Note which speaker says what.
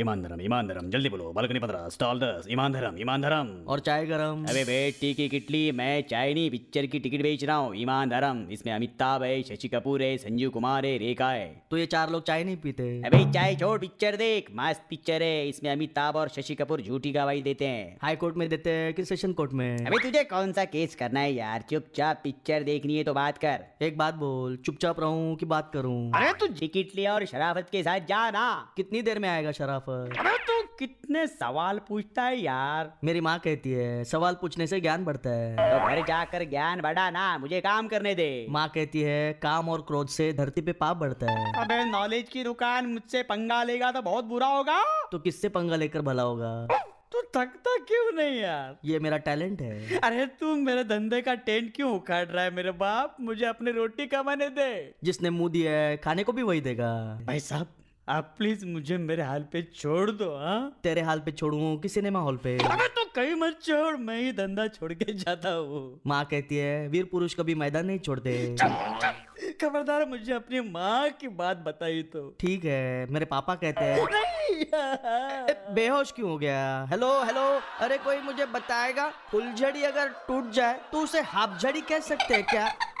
Speaker 1: ईमान धर्म ईमान धर्म जल्दी बोलो बालकनी पंद्रह स्टॉल दस ईमान धर्म ईमान धर्म
Speaker 2: और चाय गरम
Speaker 3: अबे बेटी की किटली मैं चाइनी पिक्चर की टिकट बेच रहा हूँ ईमान धर्म इसमें अमिताभ है शशि कपूर है संजीव कुमार है रेखा है
Speaker 2: तो ये चार लोग चाय नहीं पीते
Speaker 3: अबे चाय छोड़ पिक्चर देख मस्त पिक्चर है इसमें अमिताभ और शशि कपूर झूठी गवाही देते हैं
Speaker 2: हाई कोर्ट में देते हैं कि सेशन कोर्ट में
Speaker 3: अबे तुझे कौन सा केस करना है यार चुपचाप पिक्चर देखनी है तो बात कर
Speaker 2: एक बात बोल चुपचाप रहूं कि बात करूं
Speaker 3: अरे तू टिकट लिया और शराफत के साथ जा ना
Speaker 2: कितनी देर में आएगा शराफत
Speaker 3: अबे तू कितने सवाल पूछता है यार
Speaker 2: मेरी माँ कहती है सवाल पूछने से ज्ञान बढ़ता है
Speaker 3: तो घर जाकर ज्ञान बढ़ा ना मुझे काम करने दे
Speaker 2: माँ कहती है काम और क्रोध से धरती पे पाप बढ़ता है
Speaker 3: अबे नॉलेज की दुकान मुझसे पंगा लेगा तो बहुत बुरा होगा
Speaker 2: तो किससे पंगा लेकर भला होगा
Speaker 3: तू थकता क्यों नहीं यार
Speaker 2: ये मेरा टैलेंट है
Speaker 3: अरे तू मेरे धंधे का टेंट क्यों उखाड़ रहा है मेरे बाप मुझे अपनी रोटी कमाने दे
Speaker 2: जिसने मुंह दिया है खाने को भी वही देगा
Speaker 3: भाई साहब आप प्लीज मुझे मेरे हाल पे छोड़ दो हाँ
Speaker 2: तेरे हाल पे छोड़ू कि सिनेमा हॉल पे
Speaker 3: अबे तो कहीं मत छोड़ मैं ही धंधा छोड़ के जाता हूँ
Speaker 2: माँ कहती है वीर पुरुष कभी मैदान नहीं छोड़ते
Speaker 3: खबरदार मुझे अपनी माँ की बात बताई तो
Speaker 2: ठीक है मेरे पापा कहते हैं
Speaker 3: नहीं यार।
Speaker 2: ए, बेहोश क्यों हो गया हेलो हेलो अरे कोई मुझे बताएगा फुलझड़ी अगर टूट जाए तो उसे हाफझड़ी कह सकते हैं क्या